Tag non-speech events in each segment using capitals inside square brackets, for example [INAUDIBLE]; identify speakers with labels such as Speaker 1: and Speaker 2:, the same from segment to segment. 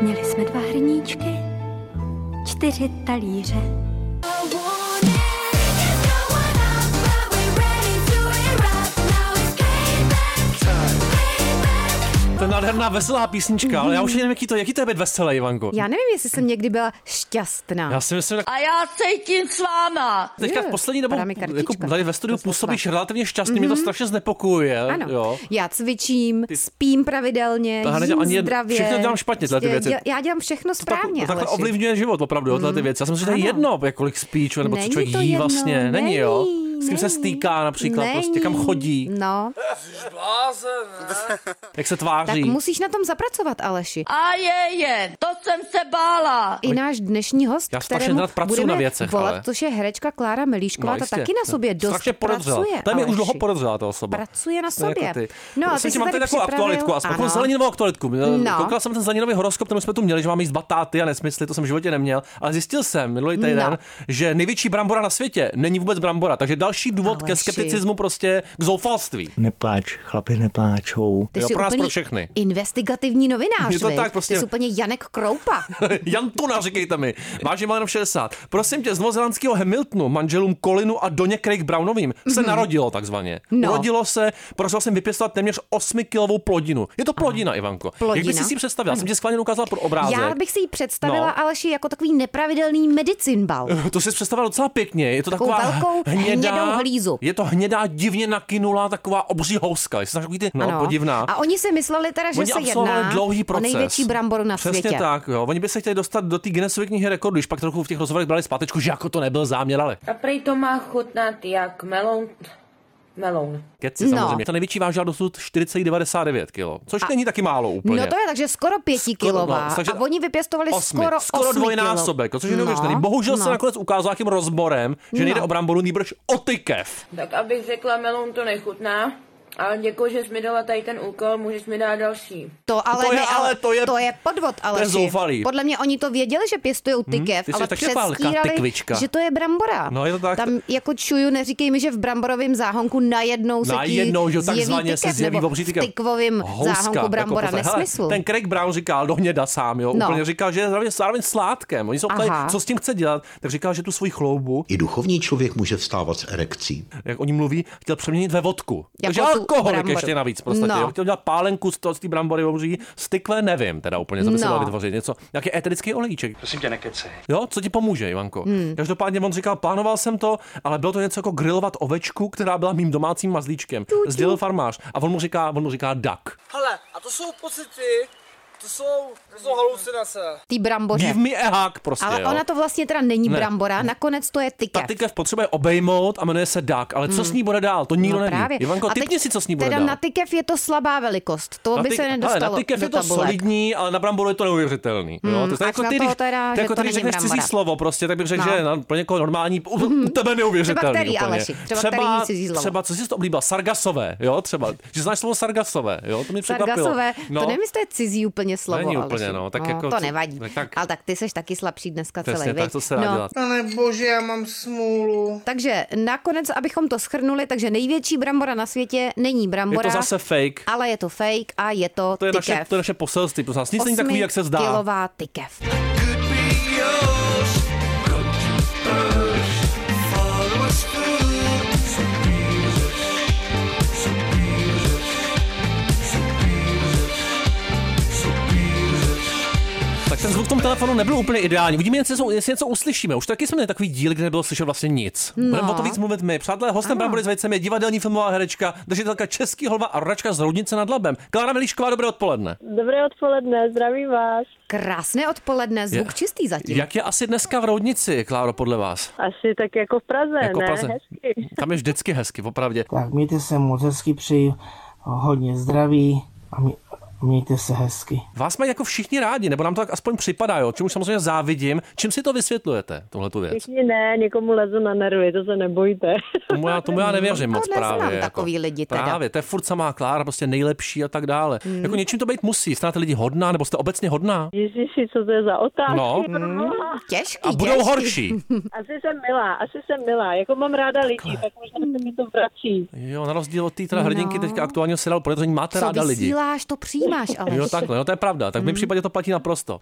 Speaker 1: Měli jsme dva hrníčky, čtyři talíře.
Speaker 2: To je nádherná veselá písnička, ale já už nevím, jaký to, jaký to je být veselý, Ivanko.
Speaker 3: Já nevím, jestli jsem někdy byla šťastná.
Speaker 2: Já si myslím, tak
Speaker 4: A já cítím s váma.
Speaker 2: teďka
Speaker 3: Je,
Speaker 2: v poslední dobou
Speaker 3: padá mi kartička.
Speaker 2: jako tady ve studiu
Speaker 3: To jsem
Speaker 2: působíš
Speaker 3: slabá.
Speaker 2: relativně šťastný, mě to strašně znepokojuje.
Speaker 3: Ano,
Speaker 2: Jo.
Speaker 3: já cvičím, spím pravidelně,
Speaker 2: To Haneťa,
Speaker 3: jím
Speaker 2: ani jed-
Speaker 3: zdravě.
Speaker 2: všechno dělám špatně, tyhle ty věci.
Speaker 3: Prostě děl- Já dělám všechno
Speaker 2: To tak,
Speaker 3: správně,
Speaker 2: to takhle
Speaker 3: Aleši. Mhm.
Speaker 2: ovlivňuje život opravdu, jo, tyhle ty věci. Já jsem si, že to je
Speaker 3: Ano.
Speaker 2: jedno, jak kolik spí, člověk, nebo co
Speaker 3: Není
Speaker 2: člověk jí
Speaker 3: to jedno,
Speaker 2: vlastně. Není,
Speaker 3: není,
Speaker 2: jo. S kým se
Speaker 3: není.
Speaker 2: stýká například,
Speaker 3: Není.
Speaker 2: prostě kam chodí,
Speaker 3: No,
Speaker 2: jak se
Speaker 3: tak
Speaker 2: tváří.
Speaker 3: musíš na tom zapracovat, Aleši.
Speaker 4: A je je, to jsem se bála.
Speaker 3: I náš dnešní host,
Speaker 2: Já strašně
Speaker 3: kterému
Speaker 2: nerad pracuju
Speaker 3: budeme
Speaker 2: na věcech,
Speaker 3: volat,
Speaker 2: ale.
Speaker 3: což je herečka Klára Melíšková, ta
Speaker 2: No, jistě.
Speaker 3: taky na sobě dost
Speaker 2: Strašně podezřela.
Speaker 3: pracuje,
Speaker 2: Ta mě už
Speaker 3: Aleši.
Speaker 2: dlouho podezřela, ta osoba.
Speaker 3: Pracuje na
Speaker 2: To je
Speaker 3: sobě.
Speaker 2: Jako ty.
Speaker 3: No a
Speaker 2: Myslím, že
Speaker 3: ty si
Speaker 2: mám
Speaker 3: tady
Speaker 2: tady takovou
Speaker 3: připravil-
Speaker 2: aktualitku, aspoň
Speaker 3: ano.
Speaker 2: takovou zeleninovou aktualitku.
Speaker 3: No.
Speaker 2: No. Koukal jsem na ten zeleninový horoskop, ten jsme tu měli, že máme jíst batáty a nesmysly, to jsem v životě neměl, ale zjistil jsem minulý týden,
Speaker 3: No.
Speaker 2: že největší brambora na světě není vůbec brambora, takže další důvod ke
Speaker 3: Aleši.
Speaker 2: skepticismu prostě k zoufalství.
Speaker 5: Nepláč, chlapi nepláčou.
Speaker 3: Ty
Speaker 2: Jo,
Speaker 3: jsi
Speaker 2: pro nás,
Speaker 3: úplný
Speaker 2: pro všechny.
Speaker 3: investigativní novinář,
Speaker 2: Je to
Speaker 3: viď?
Speaker 2: tak, prostě-
Speaker 3: Ty jsi úplně Janek Kroupa.
Speaker 2: [LAUGHS] Jan Tuna, říkejte mi. Vážně má jenom 60. Prosím tě, z novozelandského Hamiltonu, manželům Colinu a Doně Craig Brownovým se narodilo takzvaně.
Speaker 3: Mhm. No.
Speaker 2: Urodilo se, podařilo jsem vypěstovat téměř 8 kilovou plodinu. Je to plodina, Ivanko. Jak
Speaker 3: Plodina. Mhm.
Speaker 2: bys si ji představila? Já jsem ti schválně ukázala pro obrázek.
Speaker 3: Já bych si ji představila,
Speaker 2: No.
Speaker 3: Aleši, jako takový nepravidelný medicinbal.
Speaker 2: [LAUGHS] To si představila docela pěkně. Je to
Speaker 3: Takovou
Speaker 2: taková
Speaker 3: velkou
Speaker 2: hnědá,
Speaker 3: hnědou hlízu.
Speaker 2: Je to hnědá, divně nakynulá, taková obří houska. Jsi takový ty, no,
Speaker 3: Ano.
Speaker 2: podivná.
Speaker 3: A oni si mysleli teda, že
Speaker 2: Oni
Speaker 3: se
Speaker 2: absolvovali
Speaker 3: jedná
Speaker 2: dlouhý
Speaker 3: o
Speaker 2: proces.
Speaker 3: největší bramboru na
Speaker 2: Přesně
Speaker 3: světě.
Speaker 2: tak, jo. Oni by se chtěli dostat do té Guinnessovy knihy rekordů, když pak trochu v těch rozhovorech brali zpátečku, že jako to nebyl záměr, ale
Speaker 6: A prej to má chutnat jak melon, melon.
Speaker 2: keci
Speaker 3: No.
Speaker 2: samozřejmě. Ta největší vážila dosud 4,99 kg, což není taky málo úplně.
Speaker 3: No to je takže skoro pětikilová.
Speaker 2: Skoro, no, takže
Speaker 3: a oni vypěstovali
Speaker 2: Osmi.
Speaker 3: skoro
Speaker 2: skoro
Speaker 3: osmi
Speaker 2: dvojnásobek,
Speaker 3: kilo.
Speaker 2: což je neuvěřitelný. Bohužel se jako
Speaker 3: no.
Speaker 2: nakonec ukázalo jakým rozborem, že nejde
Speaker 3: No.
Speaker 2: o bramboru, nýbrž o tykev.
Speaker 6: Tak abych řekla, melon to nechutná. Ale děkuji, že jsi mi dala tady ten úkol, můžeš mi dát další.
Speaker 3: To ale,
Speaker 2: To je
Speaker 3: ne,
Speaker 2: ale- to je-
Speaker 3: to je podvod, ale
Speaker 2: zoufalý. Mhm,
Speaker 3: Podle mě oni to věděli, že pěstují tykev,
Speaker 2: ty jsi
Speaker 3: ale
Speaker 2: taky pálka,
Speaker 3: předstírali,
Speaker 2: tykvička.
Speaker 3: že to je brambora.
Speaker 2: No, je to tak.
Speaker 3: Tam jako čuju, neříkej mi, že v bramborovém záhonku najednou se
Speaker 2: Najednou,
Speaker 3: ti
Speaker 2: že jo,
Speaker 3: zjeví
Speaker 2: takzvaně se
Speaker 3: tykev,
Speaker 2: zjeví
Speaker 3: nebo
Speaker 2: obří
Speaker 3: v
Speaker 2: tykev.
Speaker 3: tykvovém
Speaker 2: Houska,
Speaker 3: záhonku brambora.
Speaker 2: poslech. Hele,
Speaker 3: Nesmysl.
Speaker 2: Ten Craig Brown říkal, dohněda sám, jo,
Speaker 3: No.
Speaker 2: úplně říkal, že je zároveň, zároveň sládkem. Oni jsou
Speaker 3: Aha.
Speaker 2: ptali, co s tím chce dělat, tak říkal, že tu svoji chloubu,
Speaker 7: I duchovní člověk může vstávat s erekcí.
Speaker 2: jak oni mluví, chtěl přeměnit ve vodku. Takže
Speaker 3: Jako tu
Speaker 2: alkoholik
Speaker 3: bramboru.
Speaker 2: ještě navíc, prostě.
Speaker 3: No.
Speaker 2: No. Chtěl dělat pálenku z toho, z té brambory obří, z tykve nevím, teda úplně, co by se
Speaker 3: No.
Speaker 2: dalo vytvořit. Něco, nějaký eterický olejček.
Speaker 8: Prosím tě, nekecej.
Speaker 2: Jo, co ti pomůže, Ivanko? Hmm. Každopádně on říkal, plánoval jsem to, ale bylo to něco jako grilovat ovečku, která byla mým domácím mazlíčkem. Sdělil farmář a on mu říká, on mu říká duck.
Speaker 9: Hele, a to jsou pocity, to jsou, to jsou halucinace.
Speaker 3: Tý bramboře.
Speaker 2: Give me a hug, prostě.
Speaker 3: Ale
Speaker 2: jo.
Speaker 3: ona to vlastně teda není
Speaker 2: Ne.
Speaker 3: brambora, nakonec to je
Speaker 2: Ta
Speaker 3: tykev.
Speaker 2: tykev potřebuje obejmout a jmenuje se Duck, ale co s ní bude dál, to nikdo
Speaker 3: Hmm. No
Speaker 2: neví.
Speaker 3: právě.
Speaker 2: Ivanko,
Speaker 3: A
Speaker 2: typni si, co s ní bude
Speaker 3: teda
Speaker 2: dál.
Speaker 3: na tykev je to slabá velikost, to by
Speaker 2: ty-
Speaker 3: se
Speaker 2: hele,
Speaker 3: nedostalo
Speaker 2: na tykev
Speaker 3: do
Speaker 2: je to
Speaker 3: tabulek.
Speaker 2: solidní, ale na bramboru je to neuvěřitelný. jo? To
Speaker 3: až
Speaker 2: je jako
Speaker 3: na
Speaker 2: ty,
Speaker 3: toho
Speaker 2: když-
Speaker 3: teda,
Speaker 2: to
Speaker 3: že
Speaker 2: je jako
Speaker 3: to
Speaker 2: ty, když
Speaker 3: není
Speaker 2: řekneš cizí
Speaker 3: brambora.
Speaker 2: slovo, prostě, tak bych řekl,
Speaker 3: No.
Speaker 2: že na, pro někoho normální, u, u tebe neuvěřitelný.
Speaker 3: který,
Speaker 2: úplně.
Speaker 3: Aleši, třeba který jí cizí slovo.
Speaker 2: Třeba, co jsi to oblíbila, sargasové, jo, třeba, že znáš slovo sargasové, jo, to mě překvapilo. No,
Speaker 3: Sargasové, to nevím, jestli to je cizí úplně slovo,
Speaker 2: Není
Speaker 3: Aleši.
Speaker 2: úplně, no, tak jako
Speaker 3: to
Speaker 2: co-
Speaker 3: nevadí.
Speaker 2: tak- tak.
Speaker 3: Ale tak ty seš taky slabší dneska
Speaker 2: Přesně
Speaker 3: celý,
Speaker 2: tak,
Speaker 3: viď? No.
Speaker 2: to se dá dělat.
Speaker 9: Pane bože, já mám smůlu.
Speaker 3: Takže nakonec, abychom to schrnuli, takže největší brambora na světě není
Speaker 2: Je
Speaker 3: brambora,
Speaker 2: to zase fake.
Speaker 3: ale je to fake a je to,
Speaker 2: To je,
Speaker 3: tykev.
Speaker 2: naše, to je naše poselství, prosím vás. Nic není takový, jak se zdá.
Speaker 3: Kilová tykev.
Speaker 2: Tak ten zvuk v tom telefonu nebyl úplně ideální. Uvidíme, jestli něco, jestli něco uslyšíme. Už taky jsme měli takový díl, kde nebylo slyšet vlastně nic. No. Budeme o to víc mluvit my. Přátelé, hostem Brambory s vejcem je divadelní filmová herečka, držitelka Český holva a rodačka z Roudnice nad Labem. Klára Milíšková, dobré odpoledne.
Speaker 10: Dobré odpoledne, zdravím vás.
Speaker 3: Krásné odpoledne, zvuk
Speaker 2: Je-
Speaker 3: čistý zatím.
Speaker 2: Jak je asi dneska v Roudnici, Kláro, podle vás?
Speaker 10: Asi tak jako v Praze,
Speaker 2: Jako
Speaker 10: ne?
Speaker 2: Praze.
Speaker 10: Hezky. [LAUGHS]
Speaker 2: Tam je vždycky hezky, opravdě.
Speaker 9: Tak mějte se moc hezky, přeji hodně zdraví a mě, mějte se hezky.
Speaker 2: Vás mají jako všichni rádi, nebo nám to tak aspoň připadá, jo? čemu samozřejmě závidím. Čím si to vysvětlujete, tuhle tu věc?
Speaker 10: Všichni ne, někomu lezu na nervy, to se nebojte. [LAUGHS]
Speaker 2: Tomu já, tomu já nevěřím moc
Speaker 3: tohle
Speaker 2: právě. jako-
Speaker 3: znám takový lidi teda. Hmm.
Speaker 2: Právě, to je furt samá Klára, prostě nejlepší a tak dále. Mm. Jako něčím to být musí. Jste na ty lidi hodná, nebo jste obecně hodná?
Speaker 10: Ježiši, co to je za otázky?
Speaker 2: No.
Speaker 3: Hmm.
Speaker 10: proboha?
Speaker 3: Těžký,
Speaker 2: A budou
Speaker 3: těžký.
Speaker 2: horší.
Speaker 10: Asi jsem milá, asi jsem milá. Jako mám ráda lidi, tak možná se mi to vrací.
Speaker 2: Jo, na rozdíl od té teda hrdinky teďka aktuálního seriálu podezření máte
Speaker 3: No. Co
Speaker 2: ráda lidi.
Speaker 3: vysíláš, Hmm. to přijde. máš, ale.
Speaker 2: Jo, takhle, no to je pravda. Tak v mém případě to platí naprosto.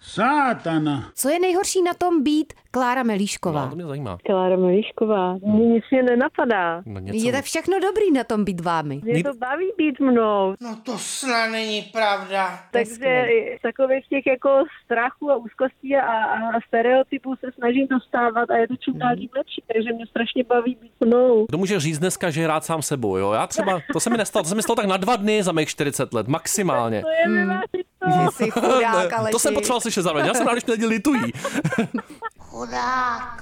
Speaker 3: Co je nejhorší na tom být Klára Melíšková?
Speaker 2: No, to mě zajímá.
Speaker 10: Klára Melišková, mě nic mě nenapadá.
Speaker 2: No, něco.
Speaker 3: Je tak všechno dobrý na tom být vámi.
Speaker 10: Mě to baví být mnou,
Speaker 9: No to snad není pravda.
Speaker 10: takže takových těch jako strachu a úzkostí a, a stereotypů se snažím dostávat a je to čím dál tím lepší, takže mě strašně baví být mnou.
Speaker 2: Kdo může říct dneska, že je rád sám sebou, jo? Já třeba, to se mi nestalo, to se mi stalo tak na dva dny za mých 40 let, maximálně.
Speaker 10: To je vyvážit
Speaker 2: [LAUGHS]
Speaker 10: to.
Speaker 3: Jsi chudák, ale
Speaker 2: No, To jsem potřeboval slyšet zároveň. Já jsem rád, když mě lidi litují. Chudák.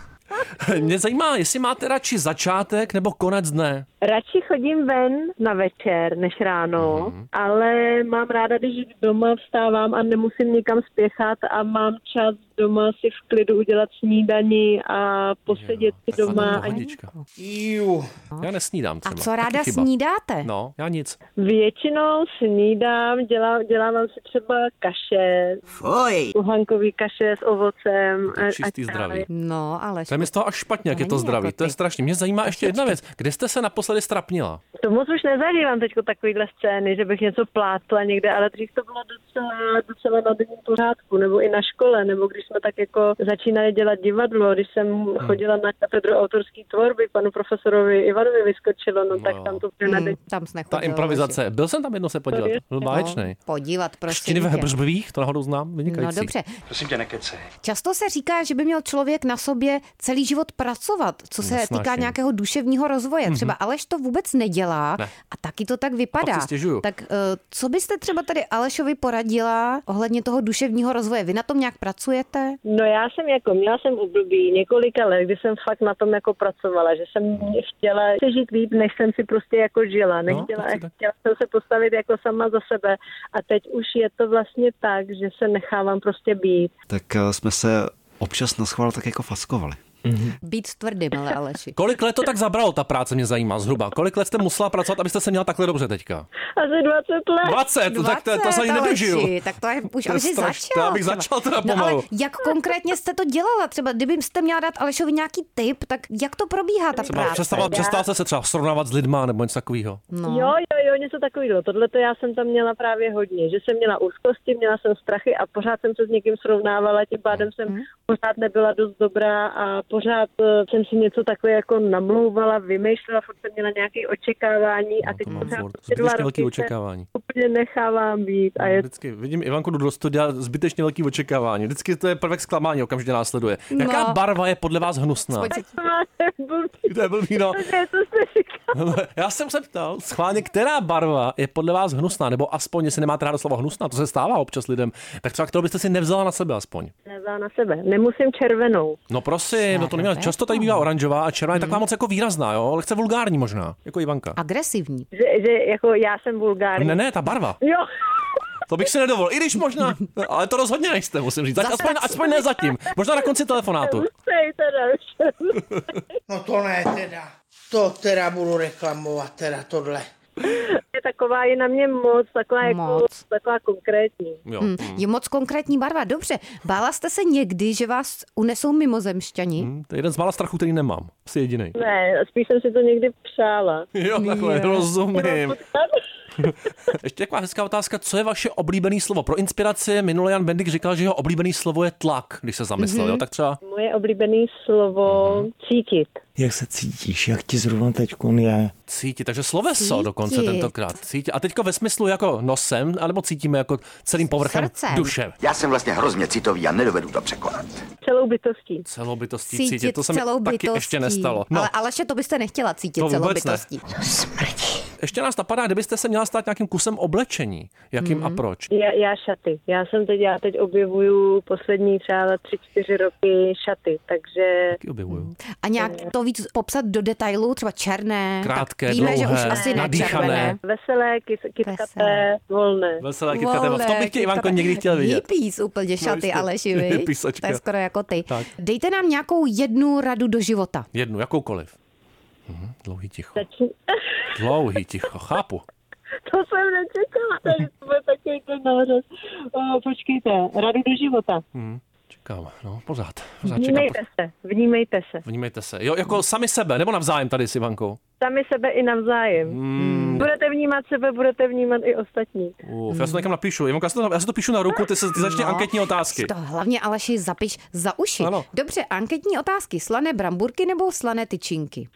Speaker 2: Mě zajímá, jestli máte radši začátek nebo konec dne.
Speaker 10: Radši chodím ven na večer než ráno, mm. ale mám ráda, když doma vstávám a nemusím nikam spěchat a mám čas doma si v klidu udělat snídani a posedět si
Speaker 2: Taková
Speaker 10: doma.
Speaker 2: ta
Speaker 10: A
Speaker 2: pohodička.
Speaker 9: Jú.
Speaker 2: Já nesnídám
Speaker 3: A
Speaker 2: třeba.
Speaker 3: co
Speaker 2: Taky
Speaker 3: ráda
Speaker 2: chyba.
Speaker 3: snídáte?
Speaker 2: No, já nic.
Speaker 10: většinou snídám, dělám, dělávám si třeba kaše,
Speaker 4: Fuj.
Speaker 10: uhankový kaše s ovocem.
Speaker 2: To je čistý zdraví.
Speaker 3: No, ale
Speaker 2: To je mi z toho až špatně, jak
Speaker 3: To
Speaker 2: je to
Speaker 3: není
Speaker 2: zdraví.
Speaker 3: jako
Speaker 2: To je
Speaker 3: ty.
Speaker 2: strašně. Mě zajímá ještě jedna věc. Kde jste se naposledy strapnila?
Speaker 10: To moc už nezažívám teď takovýhle scény, že bych něco plátla někde, ale dřív to bylo docela, docela na denním pořádku, nebo i na škole, nebo když jsme tak jako začínali dělat divadlo, když jsem
Speaker 2: Hmm.
Speaker 10: chodila na katedru autorské tvorby, panu profesorovi Ivanovi vyskočilo, no, tak
Speaker 2: jo.
Speaker 10: tam to bylo na
Speaker 3: Hmm,
Speaker 10: den.
Speaker 3: tam jsi No,
Speaker 2: Ta improvizace. Byl jsem tam jednou se podívat. Byl báječný.
Speaker 3: Podívat, prosím
Speaker 2: Křtiny
Speaker 3: tě.
Speaker 2: ve brzbích, to náhodou znám,
Speaker 3: prostě No
Speaker 2: vynikající.
Speaker 3: dobře. Prosím tě, nekecej. Často se říká, že by měl člověk na sobě celý život pracovat, co se
Speaker 2: Nesnáším. Mhm.
Speaker 3: týká nějakého duševního rozvoje. Třeba Aleš to vůbec nedělá
Speaker 2: Ne.
Speaker 3: a taky to tak vypadá.
Speaker 2: Pak si stěžuju.
Speaker 3: tak eh, co byste třeba tady Alešovi poradila ohledně toho duševního rozvoje? Vy na tom nějak pracujete?
Speaker 10: No já jsem jako, měla jsem období několika let, kdy jsem fakt na tom jako pracovala, že jsem chtěla se žít líp, než jsem si prostě jako žila. Nechtěla,
Speaker 2: asi tak.
Speaker 10: chtěla jsem se postavit jako sama za sebe a teď už je to vlastně tak, že se nechávám prostě být.
Speaker 8: tak eh, jsme se občas na schvál tak jako fackovali.
Speaker 3: Být tvrdým, ale Aleši.
Speaker 2: Kolik let to tak zabralo, ta práce mě zajímá zhruba. Kolik let jste musela pracovat, abyste se měla takhle dobře teďka?
Speaker 10: Asi 20 let.
Speaker 2: 20, to, no tak to, to se ani
Speaker 3: 20,
Speaker 2: nedožiju.
Speaker 3: Aleši, Tak to je už,
Speaker 2: To je
Speaker 3: aby si
Speaker 2: strašné,
Speaker 3: začal.
Speaker 2: abych
Speaker 3: třeba.
Speaker 2: začal teda
Speaker 3: no, ale
Speaker 2: pomalu.
Speaker 3: jak konkrétně jste to dělala? Třeba kdybyste měla dát Alešovi nějaký tip, tak jak to probíhá ta
Speaker 2: Třeba
Speaker 3: práce?
Speaker 2: přestala, přestala se se třeba srovnávat s lidma nebo něco takového.
Speaker 3: No.
Speaker 10: Jo, jo, jo, něco takového. Tohle to já jsem tam měla právě hodně, že jsem měla úzkosti, měla jsem strachy a pořád jsem se s někým srovnávala, tím pádem jsem
Speaker 2: Mhm.
Speaker 10: pořád nebyla dost dobrá a pořád eh, jsem si něco takové jako namlouvala, vymýšlela, furt jsem měla nějaké očekávání a
Speaker 2: No,
Speaker 10: teď
Speaker 2: to mám
Speaker 10: pořád
Speaker 2: furt.
Speaker 10: prostě dva
Speaker 2: Zbytečně velký
Speaker 10: roky se
Speaker 2: očekávání.
Speaker 10: úplně nechávám být a je
Speaker 2: Vždycky vidím Ivanku jdu do studia, zbytečně velký očekávání. Vždycky to je prvek zklamání, okamžitě následuje. Jaká
Speaker 3: No.
Speaker 2: barva je podle vás hnusná?
Speaker 3: Pojď.
Speaker 10: [LAUGHS] blbý,
Speaker 2: To je blbý, no. [LAUGHS]
Speaker 10: ne, to jste říkal.
Speaker 2: Já jsem se ptal schválně, která barva je podle vás hnusná, nebo aspoň, jestli nemáte ráda slovo hnusná, to se stává občas lidem, tak třeba kterou byste si nevzala na sebe aspoň.
Speaker 10: Nevzala na sebe, nemusím červenou.
Speaker 2: No prosím, no to neměla. Často tady bývá oranžová a červená je taková moc jako výrazná, jo, ale chce vulgární možná, jako Ivanka.
Speaker 3: Agresivní.
Speaker 10: Že, že jako já jsem vulgární.
Speaker 2: Ne, ne, ta barva.
Speaker 10: Jo,
Speaker 2: To bych si nedovolil, i když možná, ale to rozhodně nejste, musím říct. Tak
Speaker 3: Zase
Speaker 2: aspoň,
Speaker 3: tak-
Speaker 2: aspoň ne zatím. Možná na konci telefonátu.
Speaker 10: musej teda už.
Speaker 2: [LAUGHS]
Speaker 9: No to ne teda. To teda budu reklamovat, teda tohle.
Speaker 10: je taková, je na mě moc, taková, Jako,
Speaker 3: Moc.
Speaker 10: taková konkrétní.
Speaker 2: Jo.
Speaker 3: Je moc konkrétní barva, dobře. Bála jste se někdy, že vás unesou mimozemšťani?
Speaker 2: Hm, To je jeden z mála strachů, který nemám. Jsi jediný.
Speaker 10: Ne, spíš jsem si to někdy přála.
Speaker 2: Jo, takhle, rozumím. Ještě taková hezká otázka, co je vaše oblíbené slovo? Pro inspiraci minule Jan Bendik říkal, že jeho oblíbený slovo je tlak, když se zamyslel, jo? Tak třeba
Speaker 10: Moje oblíbené slovo
Speaker 3: Mhm.
Speaker 10: cítit.
Speaker 5: Jak se cítíš, jak ti zrovna teď je?
Speaker 2: cítit, takže sloveso
Speaker 3: Cítit.
Speaker 2: dokonce tentokrát. Cítit. A teďko ve smyslu jako nosem, anebo cítíme jako celým povrchem
Speaker 3: Srdcem.
Speaker 2: duše.
Speaker 11: Já jsem vlastně hrozně citový a nedovedu to překonat.
Speaker 10: Celou bytostí.
Speaker 2: Celou bytostí cítit,
Speaker 3: Cítit,
Speaker 2: to se mi
Speaker 3: celou
Speaker 2: taky
Speaker 3: bytostí.
Speaker 2: ještě nestalo.
Speaker 3: No. Ale Aleše, to byste nechtěla cítit
Speaker 2: To vůbec
Speaker 3: celou
Speaker 2: ne.
Speaker 3: bytostí.
Speaker 2: Ještě nás napadá, kdybyste se měla stát nějakým kusem oblečení. Jakým
Speaker 3: Mhm.
Speaker 2: a proč?
Speaker 10: Já, já šaty. Já jsem teď, já teď objevuju poslední třeba tři, čtyři roky šaty, takže
Speaker 2: Taky objevuju.
Speaker 3: A nějak to víc popsat do detailu, třeba černé.
Speaker 2: Krátké,
Speaker 3: tak víme,
Speaker 2: dlouhé,
Speaker 3: že už asi ne
Speaker 2: nadýchané.
Speaker 3: červené.
Speaker 10: veselé, kys, kytkaté,
Speaker 3: Veselé.
Speaker 10: volné.
Speaker 2: Veselé kytka téma. V tom bych tě Ivanko někdy chtěl vidět.
Speaker 3: Hippies úplně šaty,
Speaker 2: jistě.
Speaker 3: no, Aleši,
Speaker 2: [LAUGHS]
Speaker 3: viď?
Speaker 2: Hippiesečka.
Speaker 3: To je skoro jako ty.
Speaker 2: Tak.
Speaker 3: Dejte nám nějakou jednu radu do života.
Speaker 2: Jednu, jakoukoliv. Mhm, dlouhý ticho.
Speaker 10: Začni-
Speaker 2: Dlouhý ticho, chápu.
Speaker 10: [LAUGHS] To jsem
Speaker 3: [LAUGHS]
Speaker 10: nečekala, takže to byl takový ten nářez. O, počkejte, radu do života.
Speaker 2: čekám, no, pořád. pořád čekám.
Speaker 10: Vnímejte se, vnímejte se.
Speaker 2: Vnímejte se. Jo, jako sami sebe, nebo navzájem tady s Ivankou.
Speaker 10: Sami sebe i navzájem.
Speaker 3: Hmm.
Speaker 2: Mm.
Speaker 10: Budete vnímat sebe, budete vnímat i ostatní.
Speaker 2: Uf, já si to někam napíšu. Ivanka, já si to, já si to píšu na ruku, ty, se, ty začni
Speaker 3: No.
Speaker 2: anketní otázky.
Speaker 3: To hlavně Aleši zapiš za uši.
Speaker 2: Ano.
Speaker 3: Dobře, anketní otázky. Slané bramburky nebo slané tyčinky?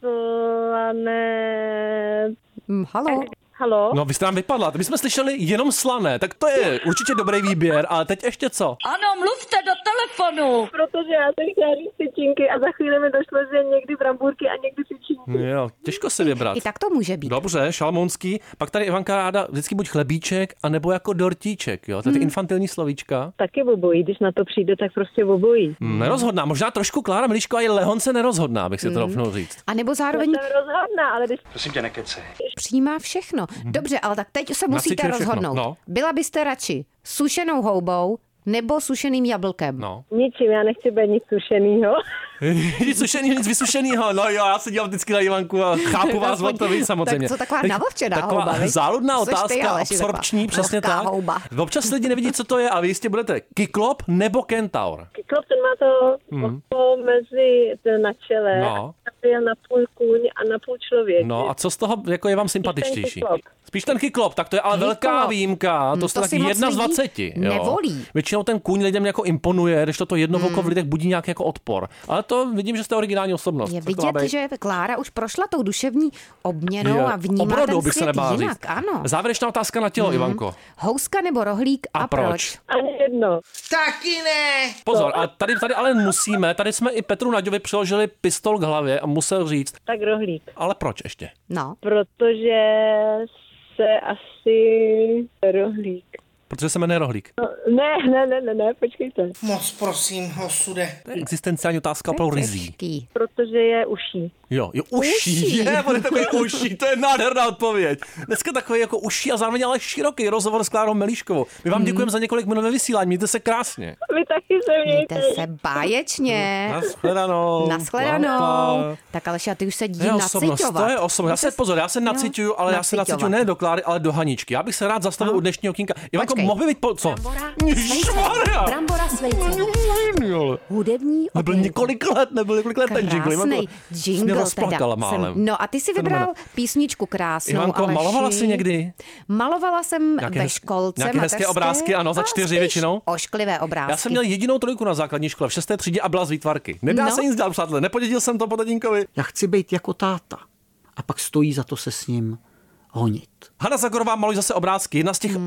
Speaker 10: Slané...
Speaker 3: Hm, halo?
Speaker 10: Halo?
Speaker 2: No, vy jste nám vypadla. My jsme slyšeli jenom slané, tak to je určitě dobrý výběr, ale teď ještě co?
Speaker 4: Ano, mluvte do telefonu.
Speaker 10: Protože já jsem chtěla říct tyčinky a za chvíli mi došlo, že někdy bramburky a někdy tyčinky.
Speaker 2: No Jo, těžko si vybrat.
Speaker 3: I tak to může být.
Speaker 2: Dobře, šalmonský. Pak tady Ivanka ráda vždycky buď chlebíček, anebo jako dortíček, jo? To
Speaker 3: Hmm.
Speaker 2: je ty infantilní slovíčka.
Speaker 10: Taky obojí, když na to přijde, tak prostě obojí.
Speaker 2: Hmm, Nerozhodná, možná trošku Klára Miliško a i Lehonce nerozhodná, bych si
Speaker 3: Hmm.
Speaker 2: to rovnou říct.
Speaker 3: A nebo zároveň
Speaker 10: Jsem rozhodná, ale když
Speaker 8: Prosím tě, nekecej.
Speaker 3: přijímá všechno. Dobře, ale tak teď se musíte
Speaker 2: Nasytuje Mhm. všechno,
Speaker 3: rozhodnout.
Speaker 2: no.
Speaker 3: Byla byste radši sušenou houbou nebo sušeným jablkem?
Speaker 2: No.
Speaker 10: ničím, já nechci být nic [LAUGHS] sušenýho.
Speaker 2: [LAUGHS] nic sušený, nic vysušenýho. No jo, já se dělám vždycky na Ivanku a
Speaker 3: [LAUGHS]
Speaker 2: chápu vás,
Speaker 3: Aspoň-
Speaker 2: vám to víc samozřejmě.
Speaker 3: Tak co taková navlhčená
Speaker 2: Taková
Speaker 3: houba, viď?
Speaker 2: záludná
Speaker 3: Což ty,
Speaker 2: otázka,
Speaker 3: Aleši, taková
Speaker 2: absorpční, přesně
Speaker 3: vlhká
Speaker 2: tak.
Speaker 3: houba.
Speaker 2: Občas lidi nevidí, co to je a vy jistě budete kyklop nebo kentaur.
Speaker 10: Kyklop, ten má to oko mezi ten na čele.
Speaker 2: Mhm. No.
Speaker 10: A to je na půl kůň a na půl člověk.
Speaker 2: No a co z toho jako je vám sympatičtější?
Speaker 10: kyklop.
Speaker 2: Spíš ten kyklop, tak to je ale
Speaker 3: Kyklop.
Speaker 2: velká výjimka,
Speaker 3: Hmm,
Speaker 2: to, jste
Speaker 3: to
Speaker 2: tak
Speaker 3: si moc
Speaker 2: jedna z
Speaker 3: lidí
Speaker 2: 20. Jo.
Speaker 3: nevolí. Hmm.
Speaker 2: Většinou ten kůň lidem jako imponuje, když to, to jedno oko v lidech budí nějaký jako odpor. Ale to vidím, že jste originální osobnost.
Speaker 3: Je
Speaker 2: Tak to má
Speaker 3: vidět,
Speaker 2: být.
Speaker 3: že Klára už prošla tou duševní obměnou
Speaker 2: Je.
Speaker 3: a vnímá
Speaker 2: Obrodou
Speaker 3: ten
Speaker 2: bych se
Speaker 3: svět
Speaker 2: nebál
Speaker 3: jinak.
Speaker 2: říct.
Speaker 3: Ano. Hmm.
Speaker 2: Závěrečná otázka na tělo, Ivanko.
Speaker 3: Houska nebo rohlík a,
Speaker 2: A proč?
Speaker 10: Ani jedno.
Speaker 2: Pozor, a tady, tady ale musíme, tady jsme i Petru Naďovi přiložili pistol k hlavě a musel říct,
Speaker 10: Tak rohlík.
Speaker 2: ale proč ještě?
Speaker 3: No.
Speaker 10: Protože se asi rohlík.
Speaker 2: Protože se jmenuje Rohlík.
Speaker 10: No, Ne, ne, ne, ne, ne, počkejte.
Speaker 9: Moc prosím, osude.
Speaker 2: To je existenciální otázka opravdu rizí.
Speaker 3: Těžký.
Speaker 10: Protože je uší.
Speaker 2: Jo, jo, uší.
Speaker 3: Uší.
Speaker 2: Je, on je takový uší, to je nádherná odpověď. Dneska takový jako uší a zároveň ale široký rozhovor s Klárou Melíškovou. My vám děkujeme za několik minut ve vysílání, mějte se krásně.
Speaker 10: Vy taky se mějte.
Speaker 3: Mějte se báječně.
Speaker 2: Eh. Naschledanou.
Speaker 3: Nashledanou.
Speaker 2: Papa.
Speaker 3: Tak Aleši, a ty už se
Speaker 2: To je
Speaker 3: díl
Speaker 2: osobnost, to je
Speaker 3: naciťovat.
Speaker 2: osobnost. Já se pozor, já se naciťuju, ale já se
Speaker 3: naciťovat.
Speaker 2: naciťuju ne do Kláry, ale do Haničky. Já bych se rád zastavil u dnešního okýnka. Ivanko,
Speaker 3: Počkej.
Speaker 2: mohl by být po... Co? Ježišmarja!
Speaker 1: Brambora s vejcem.
Speaker 2: Jingle.
Speaker 3: Hudební
Speaker 2: Nebyl
Speaker 3: okénko.
Speaker 2: několik let, nebyl několik let ten jingle. Ivanko,
Speaker 3: Krásnej
Speaker 2: jsi mě
Speaker 3: jingle
Speaker 2: rozplakala
Speaker 3: teda.
Speaker 2: málem.
Speaker 3: Jsem, no a ty si vybral
Speaker 2: Fenomenál.
Speaker 3: písničku krásnou,
Speaker 2: Ivanko,
Speaker 3: Aleši.
Speaker 2: malovala jsi někdy?
Speaker 3: Malovala jsem
Speaker 2: Nějaké
Speaker 3: ve
Speaker 2: hez-
Speaker 3: školce
Speaker 2: nějaké hezké
Speaker 3: mateřské.
Speaker 2: obrázky, ano, za
Speaker 3: A
Speaker 2: čtyři
Speaker 3: spíš
Speaker 2: většinou?
Speaker 3: Ošklivé obrázky.
Speaker 2: Já jsem měl jedinou trojku na základní škole v šesté třídě a byla z výtvarky. Nedá
Speaker 3: No.
Speaker 2: se nic dál, přátelé, nepodědil jsem to po tatínkovi.
Speaker 12: Já chci být jako táta. A pak stojí za to se s ním honit.
Speaker 2: Hanna Zagorová maluj zase obrázky, jedna z těch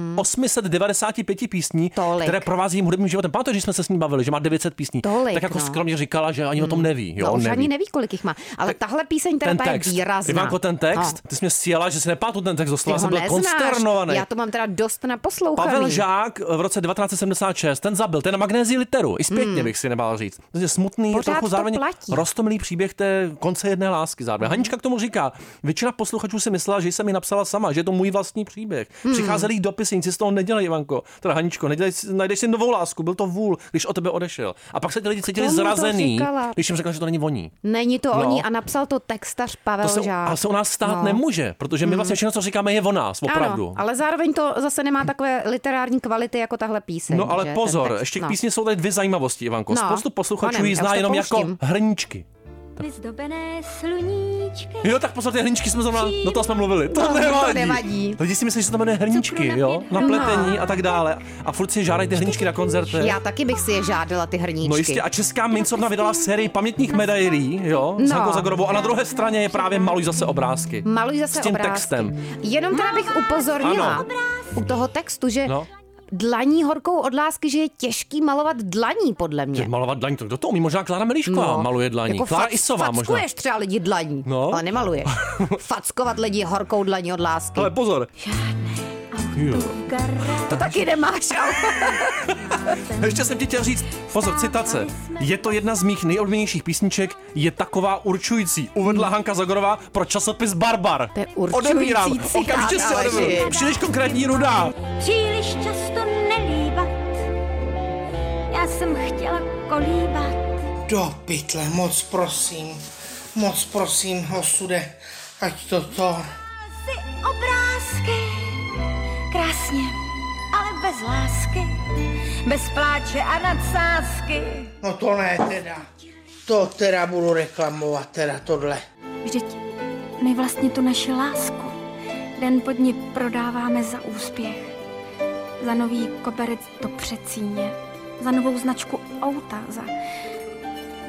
Speaker 2: 895 písní,
Speaker 3: Hmm. Tolik.
Speaker 2: které provází jím hudebním životem. Pamatuješ, že jsme se s ní bavili, že má 900 písní.
Speaker 3: Tolik,
Speaker 2: tak jako
Speaker 3: no.
Speaker 2: skromně říkala, že ani o tom neví. Jo,
Speaker 3: no,
Speaker 2: on
Speaker 3: už
Speaker 2: neví.
Speaker 3: ani neví, kolik jich má. Ale tahle píseň teda
Speaker 2: ten
Speaker 3: ta je
Speaker 2: text.
Speaker 3: výrazná.
Speaker 2: Ivanko, ten text, ty jsi mě sjela, že si nepátu ten text,
Speaker 3: No,
Speaker 2: doslova
Speaker 3: ty
Speaker 2: jsem
Speaker 3: ho
Speaker 2: byl
Speaker 3: neznáš.
Speaker 2: konsternovaný.
Speaker 3: Já to mám teda dost naposlouchaný.
Speaker 2: Pavel Žák v roce 1976, ten zabil, ten magnézí literu, i zpětně hmm. bych si nebál říct. To je smutný,
Speaker 3: Pořád
Speaker 2: je trochu
Speaker 3: to
Speaker 2: zároveň
Speaker 3: platí. Hmm.
Speaker 2: roztomilý příběh té konce jedné lásky zároveň. Hanička k tomu říká, většina posluchačů si myslela, že jsem ji napsala sama, že je to můj vlastní příběh. Hmm. Přicházely jí dopisy, nic si z toho nedělej, Ivanko. Teda Haničko, nedělej, si- najdeš si novou lásku, byl to vůl, když od tebe odešel. A pak se ti lidi cítili
Speaker 3: tomu to
Speaker 2: zrazený,
Speaker 3: říkala.
Speaker 2: když jim řekla, že to není voní.
Speaker 3: Není to
Speaker 2: No.
Speaker 3: oni a napsal to textař Pavel
Speaker 2: To se,
Speaker 3: Žák.
Speaker 2: ale se u nás stát
Speaker 3: No.
Speaker 2: no. nemůže, protože my vlastně všechno, co říkáme, je o nás, opravdu.
Speaker 3: Ano, ale zároveň to zase nemá takové literární kvality jako tahle píseň.
Speaker 2: No ale
Speaker 3: že?
Speaker 2: pozor,
Speaker 3: Ten text,
Speaker 2: ještě k
Speaker 3: no.
Speaker 2: písni jsou tady dvě zajímavosti, Ivanko.
Speaker 3: No,
Speaker 2: No, Spoustu posluchačů
Speaker 3: konem,
Speaker 2: ji
Speaker 3: já
Speaker 2: zná
Speaker 3: už to
Speaker 2: jenom
Speaker 3: pouštím.
Speaker 2: jako hrníčky.
Speaker 1: Vyzdobené sluníčky.
Speaker 2: Jo, tak pozor, ty hrníčky jsme zrovna, do toho jsme mluvili. To,
Speaker 3: No, to
Speaker 2: nevadí.
Speaker 3: nevadí.
Speaker 2: Lidi si myslí, že se to jmenuje hrníčky,
Speaker 1: Cukru na
Speaker 2: jo?
Speaker 1: pět
Speaker 2: Napletení a tak dále. A furt si žádají ty hrníčky na koncerty.
Speaker 3: Já taky bych si je žádala ty hrníčky.
Speaker 2: No jistě, a česká mincovna vydala sérii pamětních medailí, jo, s
Speaker 3: No.
Speaker 2: Hankou Zagorovou. A na druhé straně je právě Maluj zase obrázky.
Speaker 3: Maluj zase
Speaker 2: S tím
Speaker 3: obrázky.
Speaker 2: textem.
Speaker 3: Jenom teda bych upozornila
Speaker 2: Ano.
Speaker 3: u toho textu, že
Speaker 2: No.
Speaker 3: dlaní horkou od lásky, že je těžký malovat dlaní, podle mě.
Speaker 2: Ty malovat dlaň, to kdo to umí? Možná Klára Melíšková maluje dlaní.
Speaker 3: Jako
Speaker 2: Klára
Speaker 3: fac-
Speaker 2: Isová možná.
Speaker 3: fackuješ třeba lidi dlaní,
Speaker 2: No. [LAUGHS]
Speaker 3: ale nemaluješ. Fackovat lidi horkou dlaní od lásky.
Speaker 2: Ale pozor. Jo.
Speaker 3: To taky nemáš, ale...
Speaker 2: Ještě jsem ti chtěl říct, pozor, citace. Je to jedna z mých nejoblíbenějších písniček, je taková určující, uvedla Hanka Zagorová pro časopis Barbar.
Speaker 3: To je určující
Speaker 2: Odebírám,
Speaker 3: citát,
Speaker 2: okamžitě si
Speaker 3: Aleši.
Speaker 2: odeberu. Příliš konkrétní rudá.
Speaker 1: Příliš často nelíbat. Já jsem chtěla kolíbat.
Speaker 9: Do pytle, moc prosím, moc prosím, osude, ať toto...
Speaker 1: Si obrázky. Krásně, ale
Speaker 13: bez lásky, bez pláče a nadsázky.
Speaker 6: No to ne teda. To teda budu reklamovat, teda tohle.
Speaker 1: Vždyť nejvlastní tu naši lásku. Den pod ní prodáváme za úspěch. Za nový koberec do přecíně. Za novou značku auta. Za,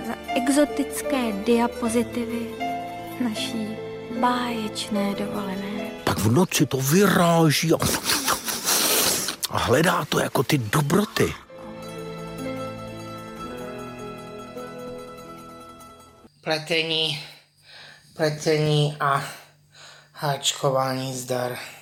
Speaker 1: za exotické diapozitivy naší báječné dovolené.
Speaker 12: tak v noci to vyráží a, a hledá to jako ty dobroty.
Speaker 6: Pletení, pletení a háčkování zdar.